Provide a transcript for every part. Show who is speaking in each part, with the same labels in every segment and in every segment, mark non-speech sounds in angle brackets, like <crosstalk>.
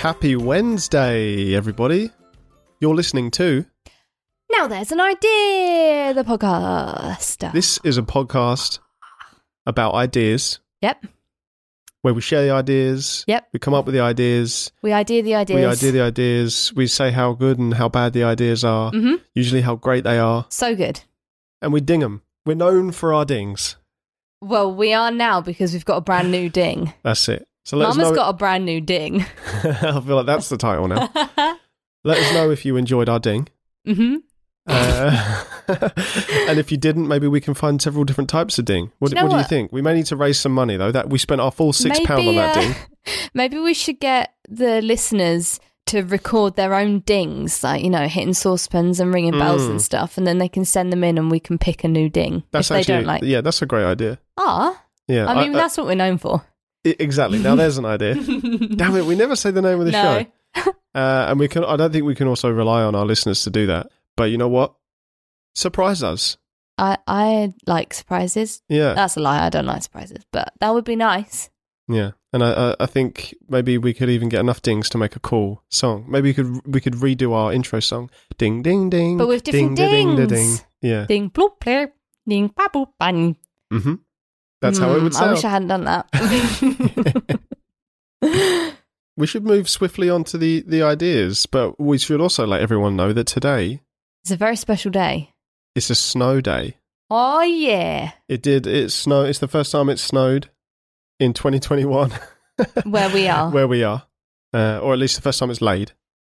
Speaker 1: Happy Wednesday, everybody. You're listening to.
Speaker 2: Now there's an idea, the podcast.
Speaker 1: This is a podcast about ideas
Speaker 2: yep,
Speaker 1: where we share the ideas.
Speaker 2: Yep.
Speaker 1: We come up with the ideas.
Speaker 2: we idea the ideas.
Speaker 1: We idea the ideas. We say how good and how bad the ideas are,
Speaker 2: Mhm.
Speaker 1: usually how great they are,
Speaker 2: So good.
Speaker 1: and we ding them. We're known for our dings.
Speaker 2: Well, we are now because we've got a brand new ding.
Speaker 1: That's it. So let
Speaker 2: Mama's
Speaker 1: us know.
Speaker 2: got a brand new ding.
Speaker 1: <laughs>
Speaker 2: <laughs>
Speaker 1: I feel like that's the title now. let us know if you enjoyed our ding.
Speaker 2: hmm
Speaker 1: Uh, <laughs> and if you didn't, maybe we can find several different types of ding. What
Speaker 2: Do
Speaker 1: do,
Speaker 2: you know
Speaker 1: what do you
Speaker 2: what?
Speaker 1: think? We may need to raise some money though. That we spent our full six pound on
Speaker 2: uh,
Speaker 1: that ding.
Speaker 2: maybe we should get the listeners to record their own dings, like, you know, hitting saucepans and ringing bells
Speaker 1: Mm.
Speaker 2: and stuff, and then they can send them in and we can pick a new ding
Speaker 1: That's
Speaker 2: if they
Speaker 1: actually
Speaker 2: don't like.
Speaker 1: yeah, that's a great idea.
Speaker 2: Ah,
Speaker 1: Yeah,
Speaker 2: I mean,
Speaker 1: I- uh,
Speaker 2: that's what we're
Speaker 1: <laughs>
Speaker 2: known for.
Speaker 1: I- exactly. Now there's an idea.
Speaker 2: <laughs>
Speaker 1: Damn it, we never say the name of the
Speaker 2: no.
Speaker 1: show, uh, and we can. I don't think we can also rely on our listeners to do that. But you know what? Surprise us.
Speaker 2: I, I like surprises.
Speaker 1: Yeah,
Speaker 2: That's a lie. I don't like surprises, but that would be nice.
Speaker 1: yeah. And I, I, I think maybe we could even get enough dings to make a cool song. Maybe we could we could redo our intro song. Ding ding ding.
Speaker 2: But with different
Speaker 1: ding, ding, ding, ding.
Speaker 2: dings.
Speaker 1: Yeah.
Speaker 2: Ding bloop play, ding ba boop bang.
Speaker 1: Mm-hmm. That's how it would
Speaker 2: Mm, I
Speaker 1: sound.
Speaker 2: wish I hadn't done <laughs>
Speaker 1: <laughs>
Speaker 2: that.
Speaker 1: we should move swiftly on to the, the ideas, but we should also let everyone know that today
Speaker 2: it's a very special day.
Speaker 1: is a snow day.
Speaker 2: Oh yeah,
Speaker 1: It did it snow it's the first time it snowed in
Speaker 2: <laughs>
Speaker 1: 2021
Speaker 2: where
Speaker 1: <laughs>
Speaker 2: we are.
Speaker 1: where we are. Uh, or at least the first time it's laid.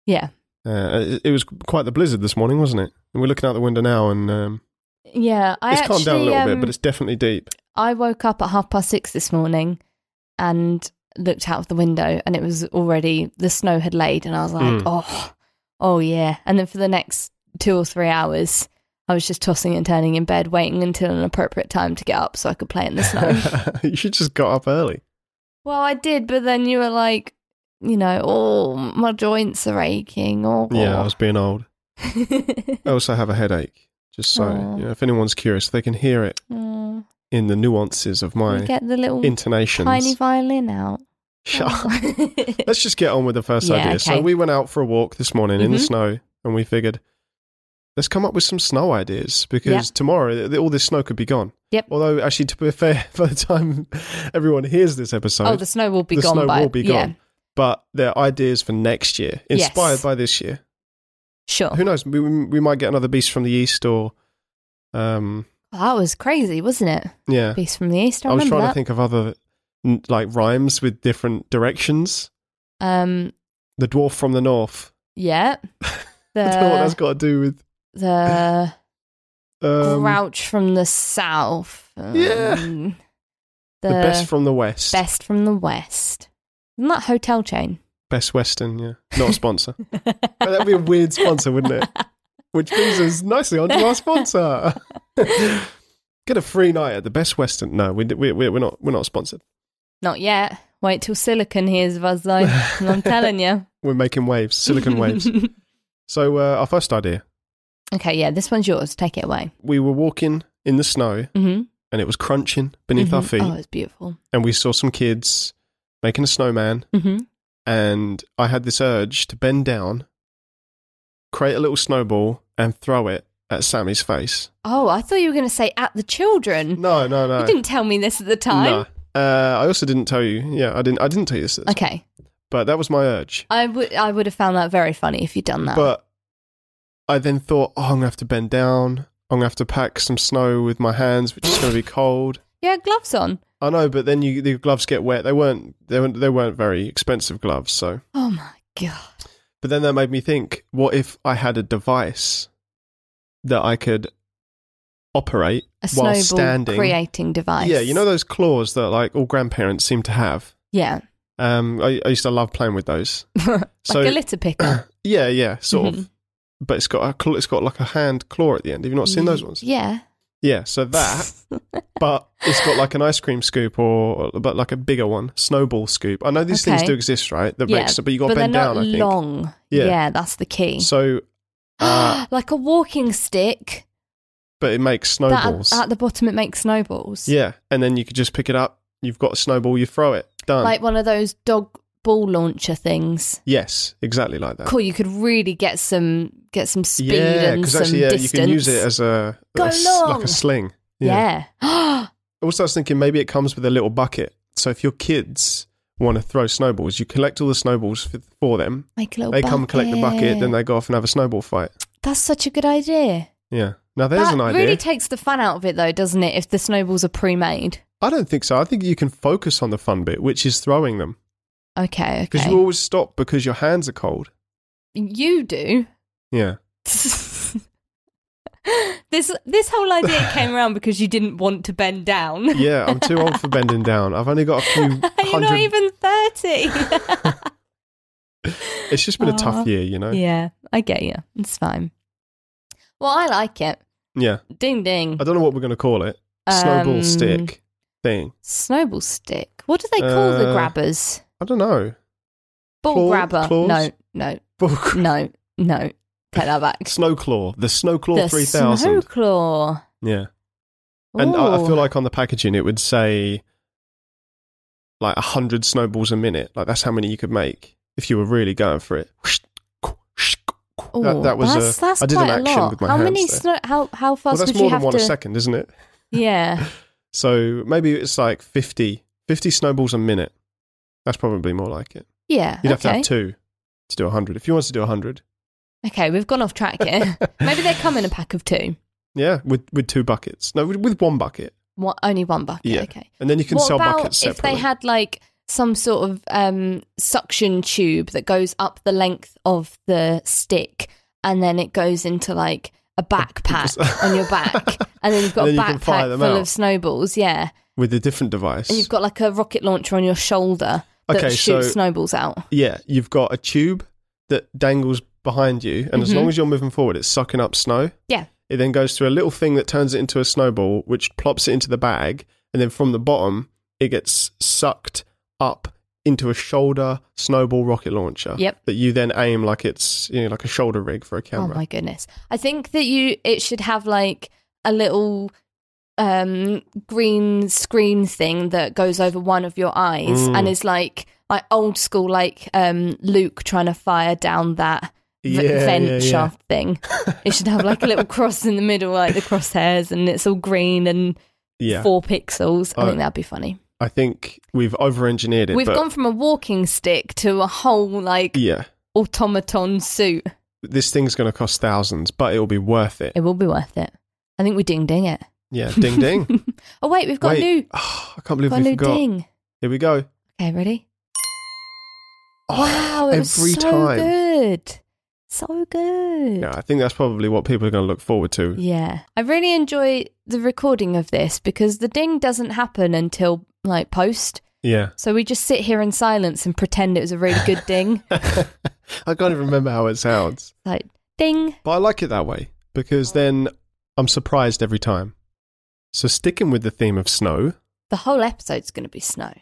Speaker 2: yeah,
Speaker 1: Uh, it, it was quite the blizzard this morning, wasn't it? And we're looking out the window now and um,
Speaker 2: yeah. I
Speaker 1: it's
Speaker 2: actually,
Speaker 1: calmed down a little bit,
Speaker 2: um,
Speaker 1: but it's definitely deep.
Speaker 2: I woke up at half past six this morning and looked out of the window, and it was already the snow had laid, and I was like,
Speaker 1: Mm.
Speaker 2: oh, oh yeah. And then for the next two or three hours, I was just tossing and turning in bed, waiting until an appropriate time to get up so I could play in the
Speaker 1: <laughs>
Speaker 2: snow.
Speaker 1: you should just got up early.
Speaker 2: well, I did, but then you were like, you know, oh, my joints are aching. Oh,
Speaker 1: Yeah, I
Speaker 2: <laughs>
Speaker 1: was being old. I also have a headache. Just so
Speaker 2: Aw.
Speaker 1: you know, if anyone's curious, they can hear it
Speaker 2: Oh,
Speaker 1: in the nuances of my
Speaker 2: you get the little
Speaker 1: intonations. <laughs>
Speaker 2: tiny violin out. <laughs>
Speaker 1: Shut up. Let's just get on with the first
Speaker 2: Yeah,
Speaker 1: idea. So
Speaker 2: okay.
Speaker 1: we went out for a walk this morning in the
Speaker 2: Mhm.
Speaker 1: snow, and we figured let's come up with some snow ideas because tomorrow th- all this snow could be gone.
Speaker 2: Yep.
Speaker 1: Although, actually, to be fair, <laughs> by the time everyone hears this episode,
Speaker 2: oh, the snow will be
Speaker 1: the
Speaker 2: gone.
Speaker 1: snow
Speaker 2: by,
Speaker 1: will be
Speaker 2: Yeah,
Speaker 1: gone. But they're ideas for next year, inspired
Speaker 2: Yes.
Speaker 1: by this year.
Speaker 2: sure.
Speaker 1: Who knows? We, we might get another beast from the east, or um,
Speaker 2: That was crazy, wasn't it?
Speaker 1: yeah.
Speaker 2: Beast from the East. I,
Speaker 1: I was
Speaker 2: remember
Speaker 1: trying
Speaker 2: that.
Speaker 1: to think of other n- like rhymes with different directions.
Speaker 2: Um,
Speaker 1: The dwarf from the north. <laughs>
Speaker 2: yeah.
Speaker 1: I don't know what that's
Speaker 2: The
Speaker 1: got to do with.
Speaker 2: the
Speaker 1: <laughs> Um,
Speaker 2: grouch from the south. Um,
Speaker 1: yeah.
Speaker 2: The,
Speaker 1: the best from the west.
Speaker 2: best from the west. Isn't that hotel chain?
Speaker 1: Best Western, yeah. Not a
Speaker 2: <laughs>
Speaker 1: sponsor. but that'd be a weird sponsor, wouldn't it? Which brings us nicely onto our
Speaker 2: <laughs>
Speaker 1: sponsor. Get a free night at the Best Western. No, we, we, we- we're not. We're not sponsored.
Speaker 2: Not yet. Wait till Silicon hears of us,
Speaker 1: <laughs>
Speaker 2: though. And I'm telling you.
Speaker 1: We're making waves, silicon
Speaker 2: <laughs>
Speaker 1: waves. So uh, our first idea:
Speaker 2: okay, yeah, this one's yours. Take it away.
Speaker 1: we were walking in the snow,
Speaker 2: Mm-hmm.
Speaker 1: and it was crunching beneath our feet,
Speaker 2: Oh, it's beautiful.
Speaker 1: and we saw some kids making a snowman.
Speaker 2: hmm
Speaker 1: and I had this urge to bend down, create a little snowball, and throw it at Sammy's face.
Speaker 2: Oh, I thought you were going to say at the children.
Speaker 1: No, no, no.
Speaker 2: You didn't tell me this at the time.
Speaker 1: No. Uh, I also didn't tell you. Yeah, I didn't. I didn't tell you this,
Speaker 2: Okay,
Speaker 1: but that was my urge.
Speaker 2: I would I would have found that very funny if you'd done that.
Speaker 1: But I then thought, oh, I'm gonna have to bend down. I'm gonna have to pack some snow with my hands, which is gonna be cold.
Speaker 2: you had gloves on.
Speaker 1: I know, but then you the gloves get wet. They weren't. They weren't. They weren't very expensive gloves. So,
Speaker 2: Oh my god.
Speaker 1: but then that made me think: what if I had a device that I could operate
Speaker 2: A
Speaker 1: while
Speaker 2: snowball
Speaker 1: standing.
Speaker 2: creating device.
Speaker 1: Yeah, you know those claws that like all grandparents seem to have.
Speaker 2: Yeah. <laughs>
Speaker 1: Um, I, I used to love playing with those.
Speaker 2: like
Speaker 1: So-
Speaker 2: a Mm-hmm. litter picker.
Speaker 1: Yeah, yeah, sort of. But it's got a claw, it's got like a hand claw at the end. Have you not seen those ones?
Speaker 2: Yeah.
Speaker 1: Yeah, so
Speaker 2: <laughs>
Speaker 1: that, but it's got like an ice cream scoop or but like a bigger one, snowball scoop. I know these things
Speaker 2: Okay.
Speaker 1: do exist, right? That
Speaker 2: yeah.
Speaker 1: makes but you got to
Speaker 2: but
Speaker 1: bend
Speaker 2: they're
Speaker 1: down.
Speaker 2: not
Speaker 1: I think.
Speaker 2: long.
Speaker 1: Yeah.
Speaker 2: Yeah. that's the key.
Speaker 1: So, uh,
Speaker 2: <gasps> like a walking stick.
Speaker 1: but it makes
Speaker 2: That
Speaker 1: snowballs.
Speaker 2: at, at the bottom it makes snowballs.
Speaker 1: yeah, and then you could just pick it up. You've got a snowball. You throw it. Done.
Speaker 2: Like one of those dog ball launcher things.
Speaker 1: Yes, exactly like that.
Speaker 2: Cool, you could really get some get some speed
Speaker 1: Uh. yeah,
Speaker 2: and
Speaker 1: because
Speaker 2: some
Speaker 1: actually, yeah, you
Speaker 2: distance.
Speaker 1: can use it as a,
Speaker 2: Go
Speaker 1: a s-
Speaker 2: long.
Speaker 1: like a sling.
Speaker 2: yeah. <gasps>
Speaker 1: Also, I was thinking maybe it comes with a little bucket. So if your kids want to throw snowballs, you collect all the snowballs for, for them.
Speaker 2: Make a little
Speaker 1: They come and collect the bucket, then they go off and have a snowball fight.
Speaker 2: That's such a good idea.
Speaker 1: Yeah. Now there's
Speaker 2: that
Speaker 1: an idea.
Speaker 2: really takes the fun out of it though, doesn't it? If the snowballs are pre-made.
Speaker 1: I don't think so. I think you can focus on the fun bit, which is throwing them,
Speaker 2: Okay,
Speaker 1: because
Speaker 2: okay.
Speaker 1: you always stop because your hands are cold.
Speaker 2: you do. <laughs>
Speaker 1: Yeah.
Speaker 2: this this
Speaker 1: <laughs>
Speaker 2: whole idea came around because you didn't want to bend down.
Speaker 1: Yeah, I'm too old for bending down. I've only got a few
Speaker 2: <laughs> You're not
Speaker 1: hundred.
Speaker 2: even thirty.
Speaker 1: it's just been a
Speaker 2: Aw.
Speaker 1: tough year, you know. Yeah.
Speaker 2: yeah, I get you. It's fine. Well, I like it. Ding ding.
Speaker 1: I don't know what we're going to call it. Snowball
Speaker 2: Um,
Speaker 1: stick thing.
Speaker 2: Snowball stick. What do they call the
Speaker 1: Uh,
Speaker 2: grabbers?
Speaker 1: I don't know.
Speaker 2: Ball
Speaker 1: claw-
Speaker 2: grabber.
Speaker 1: claws?
Speaker 2: No, no, <laughs>
Speaker 1: Ball-
Speaker 2: no, no. Take that back.
Speaker 1: Snowclaw, the Snowclaw
Speaker 2: the
Speaker 1: 3000.
Speaker 2: snowclaw.
Speaker 1: yeah. And I, I
Speaker 2: Ooh.
Speaker 1: feel like on the packaging it would say like 100 snowballs a minute. Like that's how many you could make if you were really going for it.
Speaker 2: Ooh,
Speaker 1: that, that was
Speaker 2: that's,
Speaker 1: a,
Speaker 2: that's
Speaker 1: I did
Speaker 2: quite
Speaker 1: an
Speaker 2: a
Speaker 1: action
Speaker 2: lot.
Speaker 1: with my
Speaker 2: how
Speaker 1: hands
Speaker 2: many
Speaker 1: there.
Speaker 2: snow? How how
Speaker 1: well,
Speaker 2: fast
Speaker 1: that's
Speaker 2: would you
Speaker 1: more than
Speaker 2: have
Speaker 1: one
Speaker 2: to?
Speaker 1: a second, isn't it?
Speaker 2: Yeah.
Speaker 1: <laughs> So maybe it's like 50, 50 snowballs a minute. That's probably more like it.
Speaker 2: Yeah.
Speaker 1: You'd have
Speaker 2: okay.
Speaker 1: to have two to do 100. If you wanted to do 100,
Speaker 2: Okay, we've gone off
Speaker 1: <laughs>
Speaker 2: track here. Maybe they come in a pack of two.
Speaker 1: yeah, with, with two buckets. No, with, with one bucket.
Speaker 2: One, only one bucket.
Speaker 1: Yeah.
Speaker 2: Okay.
Speaker 1: And then you can
Speaker 2: what
Speaker 1: sell
Speaker 2: about
Speaker 1: buckets
Speaker 2: if
Speaker 1: separately.
Speaker 2: they had like some sort of um, suction tube that goes up the length of the stick, and then it goes into like
Speaker 1: <laughs>
Speaker 2: a backpack on your back, and then you've got
Speaker 1: And
Speaker 2: a
Speaker 1: then you can fire
Speaker 2: backpack
Speaker 1: them
Speaker 2: full
Speaker 1: out.
Speaker 2: of snowballs. Yeah,
Speaker 1: with a different device.
Speaker 2: and you've got like a rocket launcher on your shoulder that
Speaker 1: Okay,
Speaker 2: shoots
Speaker 1: so-
Speaker 2: snowballs out.
Speaker 1: yeah, you've got a tube that dangles behind you, and as
Speaker 2: Mhm.
Speaker 1: long as you're moving forward, it's sucking up snow.
Speaker 2: Yeah.
Speaker 1: It then goes through a little thing that turns it into a snowball, which plops it into the bag, and then from the bottom, it gets sucked up into a shoulder snowball rocket launcher.
Speaker 2: Yep.
Speaker 1: That you then aim like it's you know like a shoulder rig for a camera.
Speaker 2: Oh my goodness! I think that you it should have like a little um green screen thing that goes over one of your eyes
Speaker 1: Mm.
Speaker 2: and is like like old school like um Luke trying to fire down that v-
Speaker 1: Yeah,
Speaker 2: vent
Speaker 1: yeah, yeah.
Speaker 2: shaft
Speaker 1: <laughs>
Speaker 2: thing. It should have like a little cross in the middle, like the crosshairs, and it's all green and
Speaker 1: yeah.
Speaker 2: four pixels. I
Speaker 1: Oh.
Speaker 2: think that'd be funny.
Speaker 1: I think we've over-engineered it.
Speaker 2: We've
Speaker 1: but
Speaker 2: gone from a walking stick to a whole like
Speaker 1: yeah.
Speaker 2: automaton suit.
Speaker 1: This thing's going to cost thousands, but it'll be worth it.
Speaker 2: It will be worth it. I think we ding ding it.
Speaker 1: Yeah, ding
Speaker 2: <laughs>
Speaker 1: ding.
Speaker 2: Oh wait, we've got
Speaker 1: Wait,
Speaker 2: a new
Speaker 1: <sighs> I can't believe
Speaker 2: got a
Speaker 1: we
Speaker 2: new
Speaker 1: forgot.
Speaker 2: ding.
Speaker 1: Here we go. <gasps>
Speaker 2: Okay, ready?
Speaker 1: Oh, <gasps>
Speaker 2: Wow, it was
Speaker 1: every
Speaker 2: so
Speaker 1: time.
Speaker 2: good. So good.
Speaker 1: Yeah, I think that's probably what people are going to look forward to.
Speaker 2: Yeah. I really enjoy the recording of this because the ding doesn't happen until like post.
Speaker 1: Yeah. <laughs>
Speaker 2: So we just sit here in silence and pretend it was a really good ding.
Speaker 1: I can't even remember how it sounds.
Speaker 2: Like ding.
Speaker 1: But I like it that way because then I'm surprised every time. So, sticking with the theme of snow,
Speaker 2: The whole episode's going to be snow.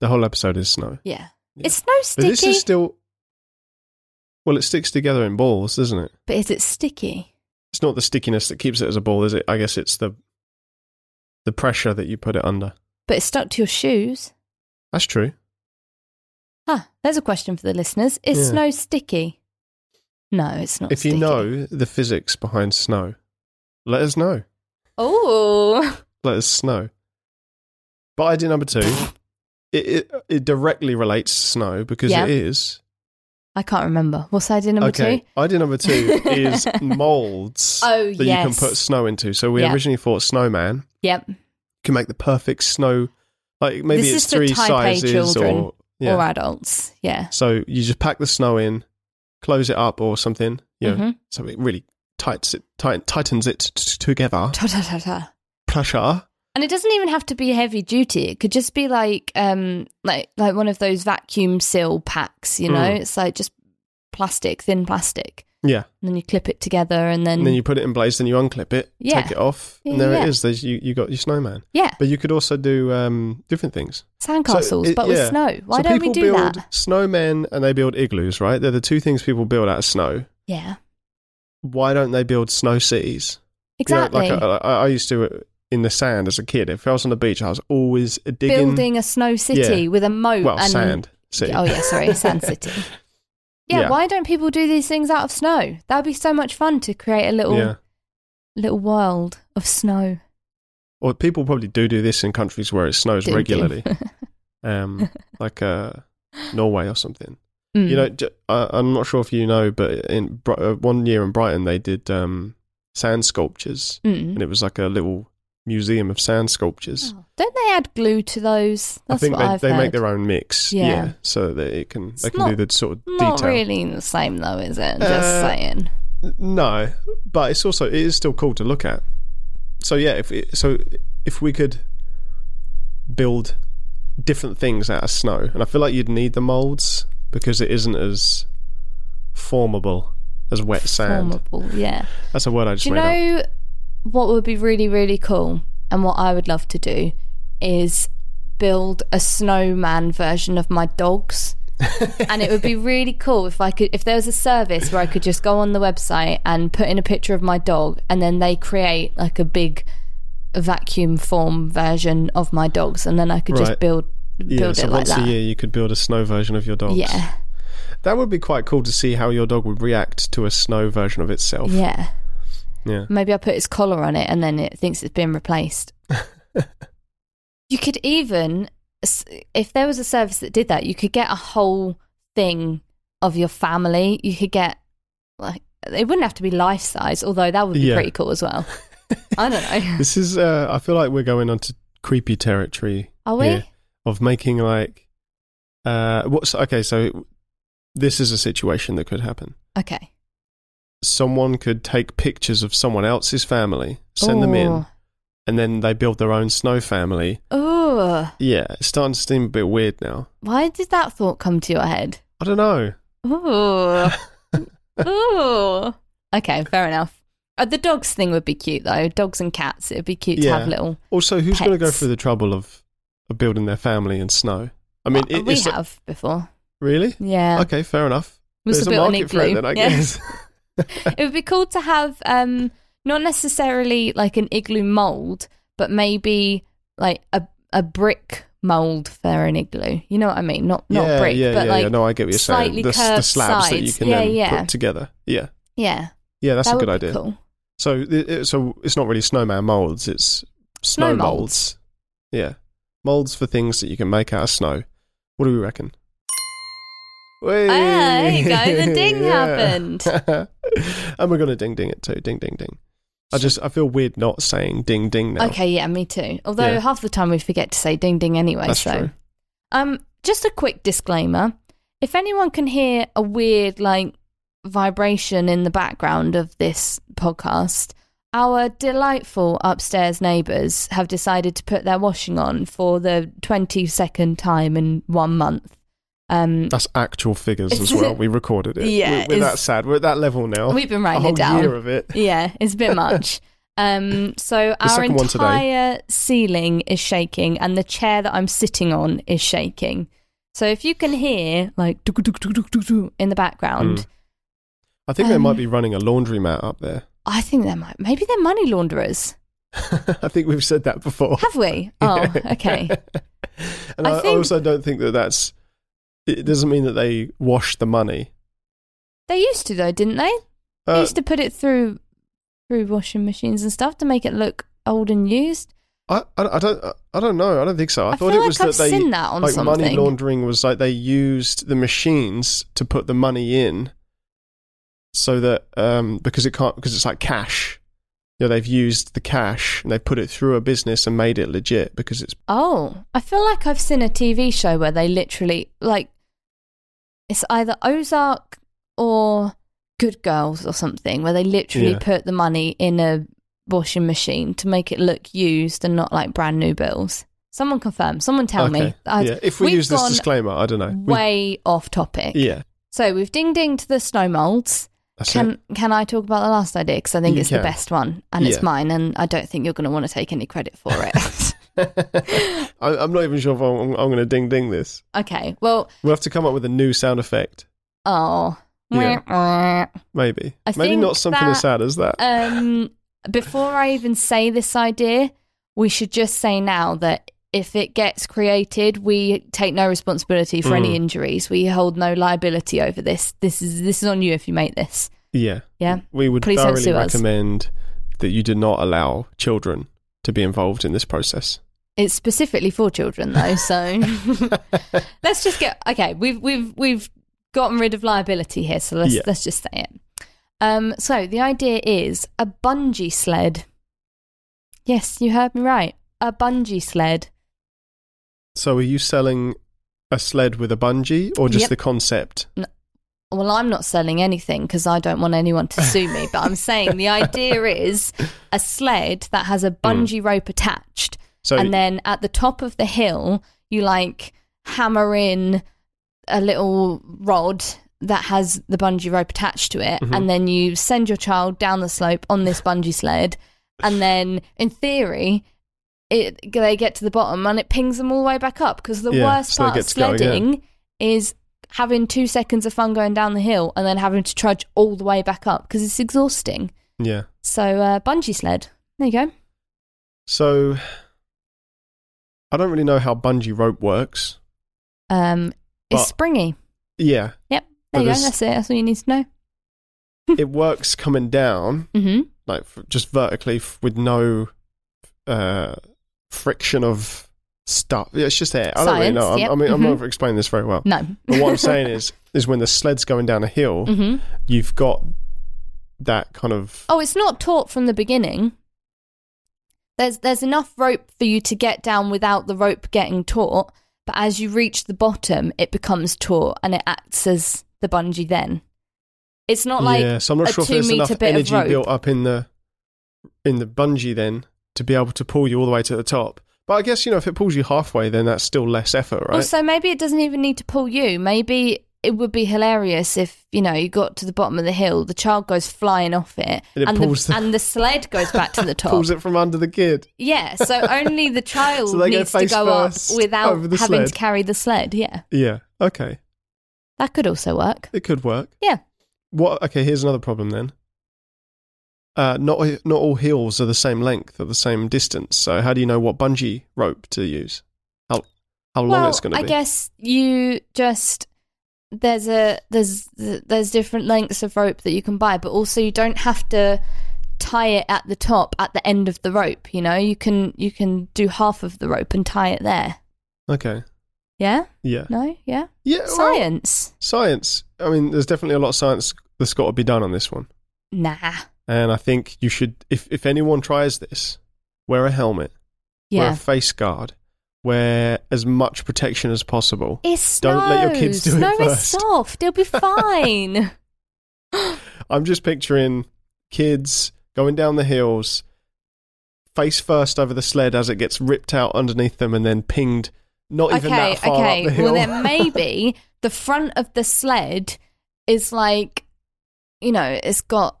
Speaker 1: the whole episode is snow.
Speaker 2: Yeah.
Speaker 1: Yeah.
Speaker 2: It's snow
Speaker 1: But
Speaker 2: sticky.
Speaker 1: this is still. Well, it sticks together in balls, doesn't it?
Speaker 2: but is it sticky?
Speaker 1: It's not the stickiness that keeps it as a ball, is it? I guess it's the the pressure that you put it under.
Speaker 2: But it's stuck to your shoes.
Speaker 1: That's true.
Speaker 2: Huh. There's a question for the listeners. Is
Speaker 1: Yeah.
Speaker 2: snow sticky? No, it's not
Speaker 1: if you
Speaker 2: sticky.
Speaker 1: know the physics behind snow, let us know.
Speaker 2: Oh.
Speaker 1: let us snow. But idea number two, it, it it directly relates to snow because
Speaker 2: Yeah.
Speaker 1: it is
Speaker 2: I can't remember. What's idea number
Speaker 1: okay.
Speaker 2: two?
Speaker 1: Idea number two
Speaker 2: <laughs>
Speaker 1: is molds
Speaker 2: Oh,
Speaker 1: that you can
Speaker 2: yes.
Speaker 1: put snow into. So we
Speaker 2: Yeah.
Speaker 1: originally thought snowman
Speaker 2: Yep.
Speaker 1: can make the perfect snow. Like maybe
Speaker 2: This
Speaker 1: it's
Speaker 2: is for
Speaker 1: three
Speaker 2: type A
Speaker 1: sizes
Speaker 2: children
Speaker 1: or yeah.
Speaker 2: Or adults. Yeah.
Speaker 1: So you just pack the snow in, close it up or something. Yeah.
Speaker 2: Mhm.
Speaker 1: So it really tightens it, tight, tightens it t- t- together.
Speaker 2: Ta ta ta ta.
Speaker 1: Pressure.
Speaker 2: And it doesn't even have to be heavy duty. It could just be like um like like one of those vacuum seal packs, you know?
Speaker 1: Mm.
Speaker 2: It's like just plastic, thin plastic.
Speaker 1: Yeah.
Speaker 2: And then you clip it together and then,
Speaker 1: and then you put it in place, then you unclip it,
Speaker 2: Yeah.
Speaker 1: take it off,
Speaker 2: Yeah,
Speaker 1: and there
Speaker 2: yeah.
Speaker 1: it is. There's you, you got your snowman.
Speaker 2: Yeah.
Speaker 1: But you could also do um, different things.
Speaker 2: Sandcastles,
Speaker 1: it-
Speaker 2: but
Speaker 1: yeah.
Speaker 2: with snow. Why
Speaker 1: so
Speaker 2: don't we
Speaker 1: people
Speaker 2: do
Speaker 1: build
Speaker 2: that?
Speaker 1: snowmen and they build igloos, right? They're the two things people build out of snow.
Speaker 2: Yeah.
Speaker 1: Why don't they build snow cities? You know,
Speaker 2: Exactly.
Speaker 1: like I, I I used to uh, in the sand as a kid. If I was on the beach, I was always digging.
Speaker 2: Building a snow city with a moat
Speaker 1: well,
Speaker 2: and
Speaker 1: sand. City.
Speaker 2: Oh yeah, sorry,
Speaker 1: <laughs>
Speaker 2: Sand City. Yeah,
Speaker 1: Yeah.
Speaker 2: why don't people do these things out of snow? That would be so much fun to create a little
Speaker 1: Yeah.
Speaker 2: little world of snow.
Speaker 1: Or people probably do do this in countries where it snows
Speaker 2: Do- do. <laughs>
Speaker 1: regularly, um, like uh, Norway or something.
Speaker 2: Mm.
Speaker 1: You know, j- I, am not sure if you know, but in Bri- uh, one year in Brighton they did um, sand sculptures,
Speaker 2: Mm.
Speaker 1: and it was like a little museum of sand sculptures.
Speaker 2: Oh, don't they add glue to those?
Speaker 1: I
Speaker 2: That's
Speaker 1: think
Speaker 2: what
Speaker 1: they,
Speaker 2: I've
Speaker 1: they
Speaker 2: heard.
Speaker 1: make their own mix,
Speaker 2: Yeah.
Speaker 1: yeah, so that it can
Speaker 2: It's
Speaker 1: they can do
Speaker 2: not-
Speaker 1: the sort of
Speaker 2: Not
Speaker 1: detail.
Speaker 2: really the same though, is it? Just
Speaker 1: Uh,
Speaker 2: saying.
Speaker 1: No, but it's also it is still cool to look at. So yeah, if it, so, if we could build different things out of snow, and I feel like you'd need the molds because it isn't as formable as wet sand.
Speaker 2: Formable, yeah.
Speaker 1: That's a word I just
Speaker 2: Do you
Speaker 1: made up.
Speaker 2: know what would be really, really cool and what I would love to do is build a snowman version of
Speaker 1: <laughs>
Speaker 2: my dogs. and it would be really cool if I could if there was a service where I could just go on the website and put in a picture of my dog and then they create like a big vacuum form version of my dogs and then I could just
Speaker 1: Right.
Speaker 2: build build
Speaker 1: Yeah,
Speaker 2: it
Speaker 1: so
Speaker 2: like
Speaker 1: once
Speaker 2: that.
Speaker 1: a year you could build a snow version of your dog.
Speaker 2: Yeah.
Speaker 1: that would be quite cool to see how your dog would react to a snow version of itself.
Speaker 2: Yeah.
Speaker 1: Yeah.
Speaker 2: Maybe I put its collar on it and then it thinks it's been
Speaker 1: <laughs>
Speaker 2: replaced. you could even, s- if there was a service that did that, you could get a whole thing of your family. You could get, like, it wouldn't have to be life size, although that would be
Speaker 1: Yeah.
Speaker 2: pretty cool as
Speaker 1: <laughs>
Speaker 2: well. I don't know.
Speaker 1: This is. Uh, I feel like we're going onto creepy territory.
Speaker 2: Are we?
Speaker 1: here. of making like uh what's okay so this is a situation that could happen
Speaker 2: Okay.
Speaker 1: someone could take pictures of someone else's family send them in and then they build their own snow family
Speaker 2: Oh,
Speaker 1: yeah it's starting to seem a bit weird now
Speaker 2: why did that thought come to your head?
Speaker 1: i don't know
Speaker 2: Ooh. Ooh. Okay, fair enough. Uh, the dogs thing would be cute though. Dogs and cats, it would be cute to
Speaker 1: Yeah.
Speaker 2: have little.
Speaker 1: also who's going to go
Speaker 2: Pets.
Speaker 1: through the trouble of, of building their family in snow i mean
Speaker 2: Uh,
Speaker 1: it,
Speaker 2: we
Speaker 1: it's like-
Speaker 2: have before.
Speaker 1: really
Speaker 2: Yeah,
Speaker 1: okay fair enough
Speaker 2: We also
Speaker 1: there's a
Speaker 2: built an
Speaker 1: market for it
Speaker 2: igloo.
Speaker 1: then i
Speaker 2: Yeah.
Speaker 1: guess
Speaker 2: it would be cool to have um, not necessarily like an igloo mold, but maybe like a a brick mold for an igloo. You know what I mean? Not <laughs> not
Speaker 1: yeah,
Speaker 2: brick,
Speaker 1: yeah,
Speaker 2: but
Speaker 1: yeah,
Speaker 2: like
Speaker 1: yeah. No, I get what you're saying.
Speaker 2: slightly
Speaker 1: The, s- the
Speaker 2: curved
Speaker 1: slabs that you
Speaker 2: sides.
Speaker 1: can
Speaker 2: Yeah,
Speaker 1: then
Speaker 2: yeah.
Speaker 1: put together. Yeah,
Speaker 2: yeah,
Speaker 1: yeah, that's
Speaker 2: that
Speaker 1: a
Speaker 2: would
Speaker 1: good
Speaker 2: be
Speaker 1: idea.
Speaker 2: Cool.
Speaker 1: So, th- it- so it's not really snowman molds; it's snow,
Speaker 2: Snow molds.
Speaker 1: molds. Yeah, molds for things that you can make out of snow. What do we reckon? Hey,
Speaker 2: Ah, there
Speaker 1: <laughs>
Speaker 2: you go. The ding
Speaker 1: happened, <laughs> and we're gonna ding ding it too. Ding ding ding. I just I feel weird not saying ding ding now.
Speaker 2: Okay, yeah, me too. Although
Speaker 1: Yeah.
Speaker 2: half the time we forget to say ding ding anyway.
Speaker 1: that's
Speaker 2: so.
Speaker 1: true.
Speaker 2: Um, just a quick disclaimer. If anyone can hear a weird like vibration in the background of this podcast, our delightful upstairs neighbours have decided to put their washing on for the twenty second time in one month. Um,
Speaker 1: That's actual figures as
Speaker 2: <laughs>
Speaker 1: well. We recorded it.
Speaker 2: Yeah,
Speaker 1: we're, we're
Speaker 2: it's-
Speaker 1: that sad. We're at that level now.
Speaker 2: we've been
Speaker 1: a
Speaker 2: writing
Speaker 1: whole
Speaker 2: it down.
Speaker 1: year of it.
Speaker 2: Yeah, it's a
Speaker 1: <laughs>
Speaker 2: bit much. Um, so our
Speaker 1: second one today.
Speaker 2: entire ceiling is shaking, and the chair that I'm sitting on is shaking. So if you can hear like doo- doo- doo- doo- doo- doo in
Speaker 1: Hmm.
Speaker 2: the background,
Speaker 1: I think they
Speaker 2: Um,
Speaker 1: might be running a laundromat up there. <laughs>
Speaker 2: I think they might. Maybe they're money launderers.
Speaker 1: I think we've said that before. <laughs>
Speaker 2: Have we? Oh, okay.
Speaker 1: And
Speaker 2: I
Speaker 1: I,
Speaker 2: think-
Speaker 1: also don't think that that's. It doesn't mean that they wash the money.
Speaker 2: They used to though, didn't they? They
Speaker 1: Uh,
Speaker 2: used to put it through through washing machines and stuff to make it look old and used.
Speaker 1: I, I, I don't I don't know. I don't think so. I,
Speaker 2: I
Speaker 1: thought
Speaker 2: feel
Speaker 1: it was
Speaker 2: like I've
Speaker 1: that they
Speaker 2: seen that on
Speaker 1: like
Speaker 2: something.
Speaker 1: money laundering was like they used the machines to put the money in, so that um because it can't because it's like cash. You know, they've used the cash and they put it through a business and made it legit because it's
Speaker 2: Oh, I feel like I've seen a TV show where they literally like it's either Ozark or Good Girls or something where they literally
Speaker 1: Yeah.
Speaker 2: put the money in a washing machine to make it look used and not like brand new bills. Someone confirm. Someone tell
Speaker 1: okay.
Speaker 2: me. I-
Speaker 1: yeah, if we
Speaker 2: we've
Speaker 1: use this
Speaker 2: gone
Speaker 1: disclaimer, I don't know. We-
Speaker 2: way off topic.
Speaker 1: yeah,
Speaker 2: So we've ding ding to the snow molds.
Speaker 1: that's
Speaker 2: can
Speaker 1: it.
Speaker 2: can I talk about the last idea because I think
Speaker 1: You
Speaker 2: it's the
Speaker 1: can.
Speaker 2: best one and it's
Speaker 1: Yeah.
Speaker 2: mine and I don't think you're going to want to take any credit
Speaker 1: <laughs>
Speaker 2: for it.
Speaker 1: I, I'm not even sure if I'm, I'm going to ding ding this.
Speaker 2: okay. Well,
Speaker 1: We'll have to come up with a new sound effect,
Speaker 2: oh.
Speaker 1: maybe.
Speaker 2: I
Speaker 1: maybe
Speaker 2: think
Speaker 1: not something
Speaker 2: that- uh,
Speaker 1: as sad as that.
Speaker 2: um, before I even say this idea, we should just say now that if it gets created, we take no responsibility for any injuries. We hold no liability over this. This is this is on you if you make this.
Speaker 1: Yeah.
Speaker 2: Yeah.
Speaker 1: We would
Speaker 2: Please don't
Speaker 1: thoroughly
Speaker 2: sue us.
Speaker 1: recommend that you do not allow children to be involved in this process.
Speaker 2: It's specifically for children though, so let's just get okay. We've we've we've gotten rid of liability here, so let's
Speaker 1: Yeah.
Speaker 2: let's just say it. Um, so the idea is a bungee sled. Yes, you heard me right. A bungee sled.
Speaker 1: So, are you selling a sled with a bungee or just
Speaker 2: Yep.
Speaker 1: the concept?
Speaker 2: Well, I'm not selling anything because I don't want anyone to sue me, but I'm saying the idea is a sled that has a bungee rope attached.
Speaker 1: So,
Speaker 2: and then at the top of the hill, you like hammer in a little rod that has the bungee rope attached to
Speaker 1: Mm-hmm.
Speaker 2: it. And then you send your child down the slope on this bungee sled. And then, in theory, it they get to the bottom and it pings them all the way back up because the
Speaker 1: Yeah,
Speaker 2: worst
Speaker 1: so they
Speaker 2: part of
Speaker 1: get to go again.
Speaker 2: sledding is having two seconds of fun going down the hill and then having to trudge all the way back up because it's exhausting.
Speaker 1: yeah.
Speaker 2: So, uh, bungee sled. There you go.
Speaker 1: So, I don't really know how bungee rope works.
Speaker 2: Um, it's
Speaker 1: But-
Speaker 2: springy. <laughs>
Speaker 1: Yeah.
Speaker 2: Yep.
Speaker 1: But
Speaker 2: There you go.
Speaker 1: there's-
Speaker 2: That's it. That's all you need to know.
Speaker 1: it works coming down,
Speaker 2: hmm
Speaker 1: like f- just vertically f- with no uh, friction of stuff. Yeah, It's just air. I don't really
Speaker 2: Science,
Speaker 1: know. I'm,
Speaker 2: yep.
Speaker 1: I mean, I'm
Speaker 2: Mhm.
Speaker 1: not over explaining this very well.
Speaker 2: No.
Speaker 1: But what I'm <laughs>
Speaker 2: <laughs>
Speaker 1: saying is, is when the sled's going down a hill,
Speaker 2: hmm
Speaker 1: you've got that kind of
Speaker 2: Oh, it's not taught from the beginning. There's there's enough rope for you to get down without the rope getting taut, but as you reach the bottom, it becomes taut and it acts as the bungee. Then it's not like
Speaker 1: yeah. So I'm not
Speaker 2: a
Speaker 1: sure if
Speaker 2: two
Speaker 1: there's
Speaker 2: meter
Speaker 1: enough
Speaker 2: bit
Speaker 1: energy
Speaker 2: of rope.
Speaker 1: built up in the in the bungee then to be able to pull you all the way to the top. But I guess you know if it pulls you halfway, then that's still less effort, right?
Speaker 2: Also, maybe it doesn't even need to pull you. Maybe it would be hilarious if you know you got to the bottom of the hill, the child goes flying off it,
Speaker 1: And it pulls
Speaker 2: the,
Speaker 1: the-
Speaker 2: and the sled goes back to
Speaker 1: <laughs>
Speaker 2: the top.
Speaker 1: Pulls it from under the kid.
Speaker 2: Yeah, so only the child
Speaker 1: <laughs> So they go
Speaker 2: needs to
Speaker 1: face
Speaker 2: go up
Speaker 1: first
Speaker 2: without
Speaker 1: over the
Speaker 2: having to
Speaker 1: sled.
Speaker 2: carry the sled. Yeah,
Speaker 1: Yeah. Okay.
Speaker 2: that could also work.
Speaker 1: It could work.
Speaker 2: Yeah.
Speaker 1: What? Okay, here's another problem then. Uh, not not all hills are the same length or the same distance. So how do you know what bungee rope to use? How how long
Speaker 2: well,
Speaker 1: it's going to
Speaker 2: I
Speaker 1: be?
Speaker 2: guess you just there's a there's there's different lengths of rope that you can buy, but also you don't have to tie it at the top at the end of the rope. You know, you can you can do half of the rope and tie it there.
Speaker 1: okay.
Speaker 2: Yeah,
Speaker 1: Yeah.
Speaker 2: no, yeah,
Speaker 1: Yeah. Uh, well,
Speaker 2: science.
Speaker 1: science. I mean, there's definitely a lot of science that's got to be done on this one.
Speaker 2: Nah,
Speaker 1: And I think you should, if if anyone tries this, wear a helmet, wear
Speaker 2: yeah.
Speaker 1: a face guard, wear as much protection as possible.
Speaker 2: It snows.
Speaker 1: Don't let your kids do it
Speaker 2: Snow is
Speaker 1: first. <laughs>
Speaker 2: soft. It'll be fine.
Speaker 1: I'm just picturing kids going down the hills, face first over the sled as it gets ripped out underneath them and then pinged not even that far
Speaker 2: okay.
Speaker 1: up the hill. <laughs>
Speaker 2: Well, then maybe the front of the sled is like, you know, it's got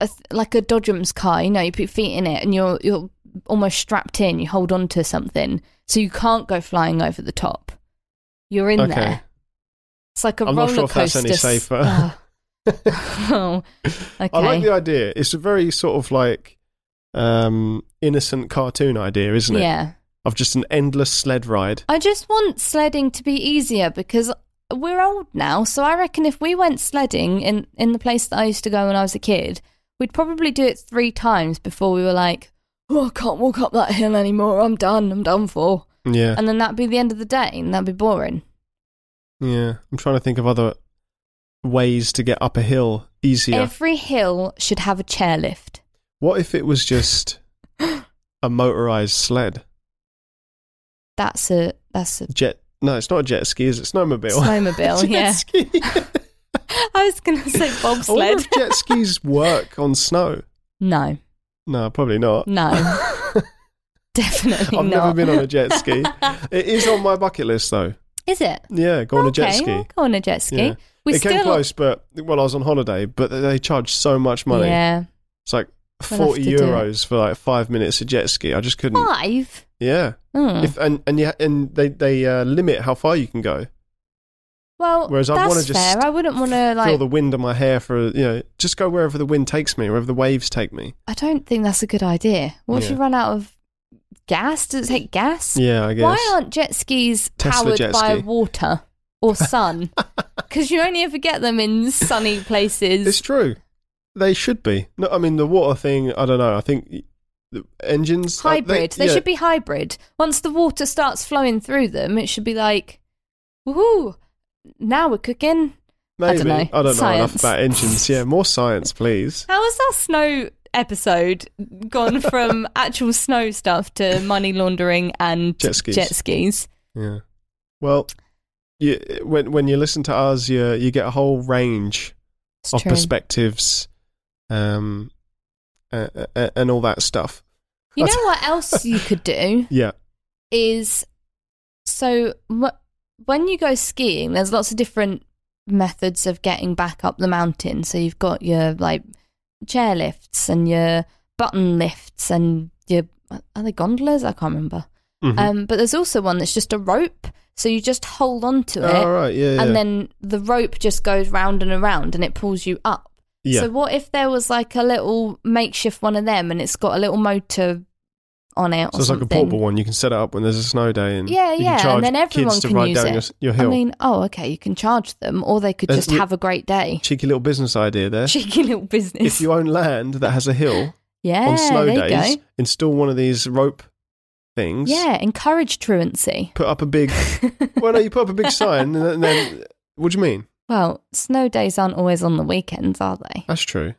Speaker 2: a th- like a Dodgems car. You know, you put your feet in it, and you're you're almost strapped in. You hold on to something, so you can't go flying over the top. You're in
Speaker 1: Okay.
Speaker 2: there. It's like a
Speaker 1: I'm not
Speaker 2: roller
Speaker 1: sure if that's
Speaker 2: coaster.
Speaker 1: any safer.
Speaker 2: Oh. <laughs> Oh, okay.
Speaker 1: <laughs> I like the idea. It's a very sort of like um, innocent cartoon idea, isn't it?
Speaker 2: yeah.
Speaker 1: Of just an endless sled ride.
Speaker 2: I just want sledding to be easier because we're old now. So I reckon if we went sledding in, in the place that I used to go when I was a kid, we'd probably do it three times before we were like, oh, I can't walk up that hill anymore. I'm done. I'm done for.
Speaker 1: Yeah.
Speaker 2: And then that'd be the end of the day and that'd be boring.
Speaker 1: Yeah. I'm trying to think of other ways to get up a hill easier.
Speaker 2: Every hill should have a chairlift.
Speaker 1: what if it was
Speaker 2: <gasps>
Speaker 1: just a motorized sled?
Speaker 2: That's a, that's a
Speaker 1: Jet. No, it's not a jet ski, is it? Snowmobile.
Speaker 2: snowmobile.
Speaker 1: <laughs> jet
Speaker 2: yeah. <laughs>
Speaker 1: ski.
Speaker 2: I was going to say
Speaker 1: I wonder
Speaker 2: bobsled.
Speaker 1: if jet skis work on snow.
Speaker 2: <laughs> no,
Speaker 1: No, probably not. <laughs>
Speaker 2: no. Definitely
Speaker 1: I've
Speaker 2: not.
Speaker 1: never been on a
Speaker 2: <laughs>
Speaker 1: jet ski. it is on my bucket list though.
Speaker 2: Is it?
Speaker 1: Yeah, go on a jet
Speaker 2: Okay,
Speaker 1: ski.
Speaker 2: I'll go on a jet ski.
Speaker 1: Yeah.
Speaker 2: We
Speaker 1: it
Speaker 2: still
Speaker 1: came close, but well, I was on holiday, but they charge so much money.
Speaker 2: Yeah.
Speaker 1: It's like
Speaker 2: We'll have
Speaker 1: forty
Speaker 2: to do it.
Speaker 1: euros for like five minutes of jet ski. I just couldn't.
Speaker 2: Five.
Speaker 1: Yeah,
Speaker 2: Hmm.
Speaker 1: Hmm. if and and yeah, and they they uh, limit how far you can go.
Speaker 2: well,
Speaker 1: whereas I
Speaker 2: that's
Speaker 1: wanna just
Speaker 2: fair. I wouldn't want to
Speaker 1: Feel
Speaker 2: like.
Speaker 1: the wind on my hair for you know, just go wherever the wind takes me, wherever the waves take me.
Speaker 2: I don't think that's a good idea. What if
Speaker 1: Yeah.
Speaker 2: you run out of gas? Does it take gas?
Speaker 1: Yeah, I guess.
Speaker 2: Why aren't jet skis
Speaker 1: Tesla
Speaker 2: powered
Speaker 1: jet
Speaker 2: by
Speaker 1: ski.
Speaker 2: water
Speaker 1: <laughs>
Speaker 2: or sun? Because you only ever get them in sunny places.
Speaker 1: It's true. They should be. No, I mean the water thing. I don't know. I think the engines uh,
Speaker 2: hybrid. They,
Speaker 1: yeah.
Speaker 2: should be hybrid. Once the water starts flowing through them, it should be like, woohoo, now we're cooking.
Speaker 1: Maybe.
Speaker 2: dunno.
Speaker 1: enough
Speaker 2: Science.
Speaker 1: about engines. Yeah, more science, please.
Speaker 2: How has our snow episode gone from actual snow stuff to money laundering and
Speaker 1: Jet skis.
Speaker 2: skis?
Speaker 1: Yeah. Well, you, when when you listen to us, you you get a whole range
Speaker 2: It's
Speaker 1: of
Speaker 2: true.
Speaker 1: perspectives, um, uh, uh, and all that stuff.
Speaker 2: you know what else you could do
Speaker 1: Yeah.
Speaker 2: is so wh- when you go skiing, there's lots of different methods of getting back up the mountain. So you've got your like chair lifts and your button lifts and your are they gondolas? I can't remember.
Speaker 1: Mhm.
Speaker 2: Um, but there's also one that's just a rope. So you just hold on to it.
Speaker 1: oh, right. Yeah. yeah.
Speaker 2: eh, and then the rope just goes round and around and it pulls you up.
Speaker 1: yeah.
Speaker 2: So what if there was like a little makeshift one of them and it's got a little motor on it or
Speaker 1: So it's like
Speaker 2: something?
Speaker 1: a portable one. You can set it up when there's a snow day, and
Speaker 2: Yeah,
Speaker 1: you
Speaker 2: yeah,
Speaker 1: Can
Speaker 2: and
Speaker 1: charge
Speaker 2: then everyone
Speaker 1: kids to
Speaker 2: can
Speaker 1: ride
Speaker 2: use
Speaker 1: down
Speaker 2: it.
Speaker 1: Your, your
Speaker 2: I
Speaker 1: hill.
Speaker 2: mean, oh, okay, you can charge them or they could
Speaker 1: There's-
Speaker 2: just have a great day.
Speaker 1: Cheeky little business idea there.
Speaker 2: Cheeky little business.
Speaker 1: If you own land that has a hill
Speaker 2: <laughs> yeah,
Speaker 1: on snow
Speaker 2: Ah, there you
Speaker 1: days,
Speaker 2: go.
Speaker 1: install one of these rope things.
Speaker 2: Yeah, encourage truancy. <laughs>
Speaker 1: Put up a big. well, no, you put up a big sign, and then, and then what do you mean?
Speaker 2: Well, snow days aren't always on the weekends, are they?
Speaker 1: That's true.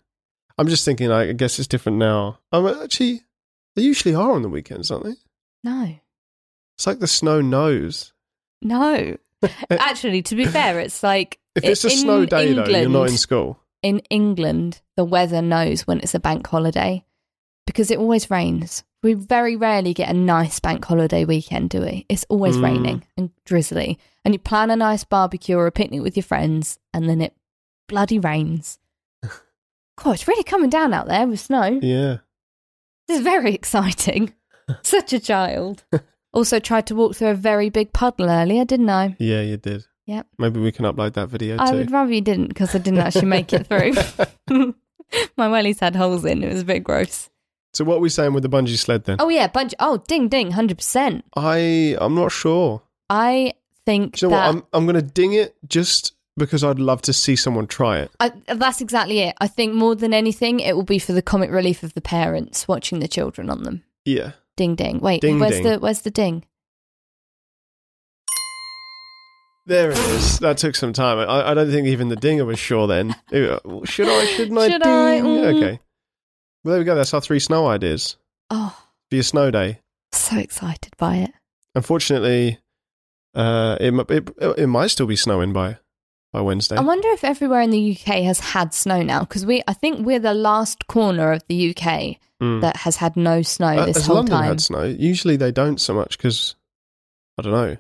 Speaker 1: I'm just thinking. I guess it's different now. Um, actually, they usually are on the weekends, aren't they?
Speaker 2: No.
Speaker 1: It's like the snow knows. <laughs>
Speaker 2: No. Actually, to be fair, it's like
Speaker 1: If it's a
Speaker 2: in
Speaker 1: snow day,
Speaker 2: England,
Speaker 1: though, you're not in school.
Speaker 2: in England, the weather knows when it's a bank holiday because it always rains. We very rarely get a nice bank holiday weekend, do we? It's always
Speaker 1: Mm.
Speaker 2: raining and drizzly. And you plan a nice barbecue or a picnic with your friends, and then it bloody rains. God, it's really coming down out there with snow.
Speaker 1: Yeah.
Speaker 2: This is very exciting. Such a child. also, tried to walk through a very big puddle earlier, didn't I?
Speaker 1: Yeah, you did.
Speaker 2: Yep.
Speaker 1: Maybe we can upload that video
Speaker 2: I
Speaker 1: too.
Speaker 2: would rather you didn't because I didn't actually make it through. <laughs> My wellies had holes in. It was a bit gross.
Speaker 1: So what are we saying with the bungee sled then?
Speaker 2: Oh yeah, bunch. Oh ding ding, hundred percent.
Speaker 1: I I'm not sure.
Speaker 2: I think
Speaker 1: Do you know
Speaker 2: that
Speaker 1: what? I'm I'm gonna ding it just because I'd love to see someone try it.
Speaker 2: I, that's exactly it. I think more than anything, it will be for the comic relief of the parents watching the children on them.
Speaker 1: Yeah.
Speaker 2: Ding ding. Wait,
Speaker 1: Ding,
Speaker 2: where's
Speaker 1: ding.
Speaker 2: the where's the ding?
Speaker 1: There it is. That took some time. I, I don't think even the dinger was sure
Speaker 2: <laughs>
Speaker 1: then. Ew, Should I? Shouldn't I
Speaker 2: Should
Speaker 1: ding?
Speaker 2: I? Mm.
Speaker 1: Okay. Well, there we go. That's our three snow ideas
Speaker 2: Oh,
Speaker 1: for your snow day.
Speaker 2: so excited by it.
Speaker 1: Unfortunately, uh, it, mi- it it might still be snowing by by Wednesday.
Speaker 2: I wonder if everywhere in the UK has had snow now because we. I think we're the last corner of the UK
Speaker 1: Mm.
Speaker 2: that has had no snow
Speaker 1: Uh,
Speaker 2: this
Speaker 1: Has
Speaker 2: whole
Speaker 1: London
Speaker 2: time.
Speaker 1: had snow? Usually they don't so much because I don't know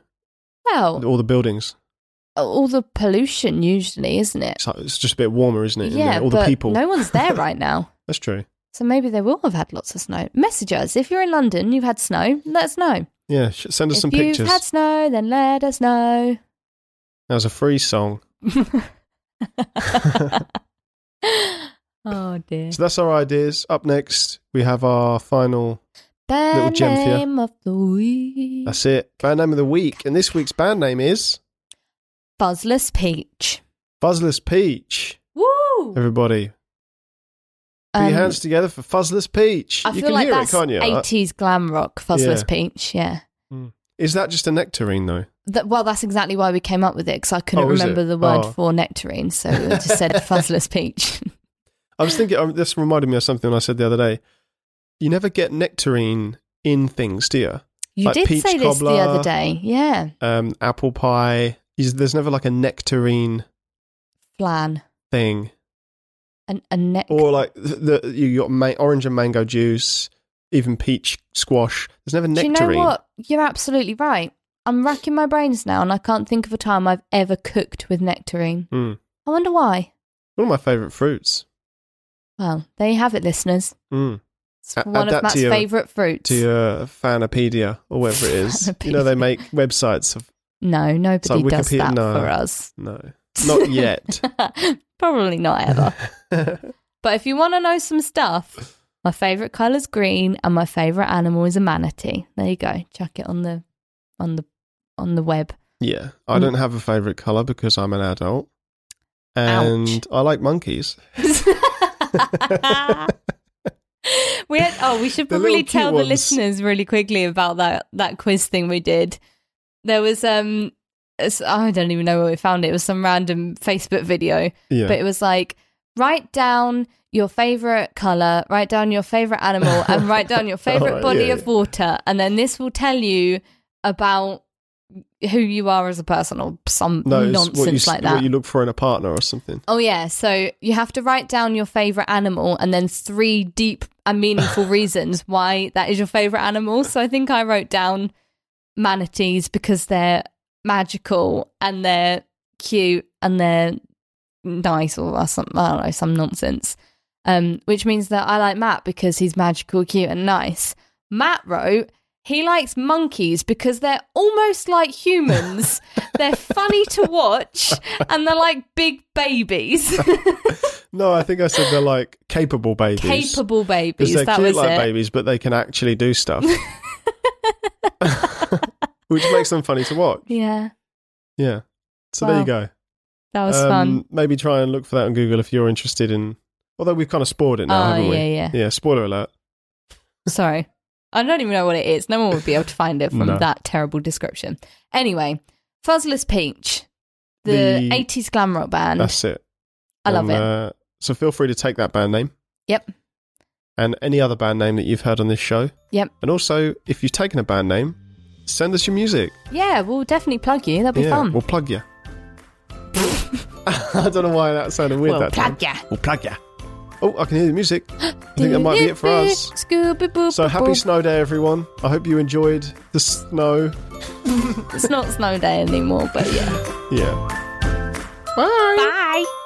Speaker 2: well,
Speaker 1: all the buildings.
Speaker 2: all the pollution usually, isn't it?
Speaker 1: It's, like- it's just a bit warmer, isn't it? in
Speaker 2: Yeah,
Speaker 1: there? all
Speaker 2: but
Speaker 1: the people.
Speaker 2: no
Speaker 1: <laughs>
Speaker 2: one's there right now.
Speaker 1: That's true.
Speaker 2: So maybe they will have had lots of snow. Message us if you're in London, you've had snow. Let us know.
Speaker 1: Yeah, sh- send us
Speaker 2: if
Speaker 1: some
Speaker 2: you've
Speaker 1: pictures.
Speaker 2: had snow, then let us know.
Speaker 1: That was a free song.
Speaker 2: Oh dear.
Speaker 1: So that's our ideas. Up next, we have our final.
Speaker 2: Bad
Speaker 1: gem for you.
Speaker 2: name of the week.
Speaker 1: That's it. Band name of the week, and this week's band name is
Speaker 2: Buzzless Peach.
Speaker 1: Fuzzless Peach.
Speaker 2: Woo!
Speaker 1: Everybody, put
Speaker 2: Um,
Speaker 1: your hands together for Fuzzless Peach.
Speaker 2: I
Speaker 1: you
Speaker 2: feel
Speaker 1: can
Speaker 2: like
Speaker 1: hear
Speaker 2: that's
Speaker 1: it, can't you? Uh,
Speaker 2: 80s glam rock, Fuzzless
Speaker 1: Yeah.
Speaker 2: Peach, yeah.
Speaker 1: Is that just a nectarine though?
Speaker 2: Th well, that's exactly why we came up with it because I couldn't
Speaker 1: Oh, is it?
Speaker 2: remember the word
Speaker 1: Oh.
Speaker 2: for nectarine, so we
Speaker 1: <laughs>
Speaker 2: just said fuzzless peach.
Speaker 1: I was thinking. um, This reminded me of something I said the other day. You never get nectarine in things, do you?
Speaker 2: You
Speaker 1: Like
Speaker 2: did
Speaker 1: peach
Speaker 2: say this the
Speaker 1: cobbler.
Speaker 2: other day, yeah.
Speaker 1: Um, apple pie. Is- There's never like a nectarine
Speaker 2: Flan
Speaker 1: thing.
Speaker 2: and a neck.
Speaker 1: or like the, the you got ma- orange and mango juice, even peach squash. There's never
Speaker 2: Do you
Speaker 1: nectarine.
Speaker 2: know what? You're absolutely right. I'm racking my brains now, and I can't think of a time I've ever cooked with nectarine.
Speaker 1: Mm.
Speaker 2: I wonder why.
Speaker 1: One of my favorite fruits.
Speaker 2: Well, there you have it, listeners.
Speaker 1: Mm.
Speaker 2: It's
Speaker 1: A-
Speaker 2: one
Speaker 1: add that
Speaker 2: of Matt's
Speaker 1: to your-
Speaker 2: favourite fruits.
Speaker 1: To your fanopedia or whatever it is. you know they
Speaker 2: Fanopedia.
Speaker 1: make websites of
Speaker 2: No, nobody
Speaker 1: like
Speaker 2: does
Speaker 1: Wikipedia-
Speaker 2: that
Speaker 1: no.
Speaker 2: for us.
Speaker 1: no,
Speaker 2: <laughs>
Speaker 1: not yet. <laughs>
Speaker 2: Probably not ever. but if you want to know some stuff, My favorite color's green, and my favorite animal is a manatee. There you go. Chuck it on the on the on the web.
Speaker 1: Yeah.
Speaker 2: Hmm.
Speaker 1: I don't have a favorite color because I'm an adult. And I like
Speaker 2: <laughs>
Speaker 1: monkeys.
Speaker 2: <laughs> we had, oh, we should
Speaker 1: The little
Speaker 2: probably
Speaker 1: cute
Speaker 2: tell
Speaker 1: ones.
Speaker 2: the listeners really quickly about that that quiz thing we did. There was um, it's- I don't even know where we found it. It was some random Facebook video,
Speaker 1: Yeah.
Speaker 2: but it was like write down your favorite color, write down your favorite animal, and write
Speaker 1: <laughs>
Speaker 2: down your favorite
Speaker 1: Alright,
Speaker 2: body
Speaker 1: Oh, yeah,
Speaker 2: of water, and then this will tell you about who you are as a person or some
Speaker 1: no, it's
Speaker 2: nonsense
Speaker 1: what you,
Speaker 2: like that.
Speaker 1: what you look for in a partner or something.
Speaker 2: Oh yeah, so you have to write down your favorite animal and then three deep and meaningful reasons why that is your favorite animal. So I think I wrote down manatees because they're magical and they're cute and they're nice or, or something. I don't know, some nonsense. Um, which means that I like Matt because he's magical, cute, and nice. Matt wrote he likes monkeys because they're almost like humans. they're funny to watch and they're like big babies,
Speaker 1: No, I think I said they're like capable babies.
Speaker 2: capable
Speaker 1: Because
Speaker 2: babies.
Speaker 1: they're
Speaker 2: That
Speaker 1: cute
Speaker 2: was
Speaker 1: like
Speaker 2: it.
Speaker 1: babies, but they can actually do
Speaker 2: <laughs>
Speaker 1: stuff. <laughs> Which makes them funny to watch.
Speaker 2: Yeah,
Speaker 1: Yeah. So there
Speaker 2: Wow.
Speaker 1: you go.
Speaker 2: that was
Speaker 1: Um,
Speaker 2: fun.
Speaker 1: Maybe try and look for that on Google if you're interested in. Although we've kind of spoiled it now,
Speaker 2: Oh,
Speaker 1: haven't we?
Speaker 2: yeah, yeah.
Speaker 1: Yeah, spoiler alert.
Speaker 2: Sorry. I don't even know what it is. No one would be able to find it from
Speaker 1: No.
Speaker 2: that terrible description. Anyway, Fuzzless Peach, the,
Speaker 1: The-
Speaker 2: 80s glam rock band.
Speaker 1: That's it.
Speaker 2: I love
Speaker 1: Um,
Speaker 2: it.
Speaker 1: Uh, so feel free to take that band name.
Speaker 2: Yep.
Speaker 1: And any other band name that you've heard on this show.
Speaker 2: Yep.
Speaker 1: And also, if you've taken a band name, send us your music.
Speaker 2: Yeah, we'll definitely plug you. That'd be
Speaker 1: yeah,
Speaker 2: fun.
Speaker 1: we'll plug you. <laughs> I don't know why that sounded weird.
Speaker 2: We'll
Speaker 1: that
Speaker 2: plug
Speaker 1: time.
Speaker 2: ya.
Speaker 1: We'll plug ya. Oh, I can hear the music. I
Speaker 2: <gasps>
Speaker 1: think that might be it for us.
Speaker 2: Scooby boop.
Speaker 1: So
Speaker 2: boop,
Speaker 1: happy
Speaker 2: boop.
Speaker 1: snow day, everyone. I hope you enjoyed the snow.
Speaker 2: It's not snow day anymore, but yeah.
Speaker 1: Yeah. Bye.
Speaker 2: Bye.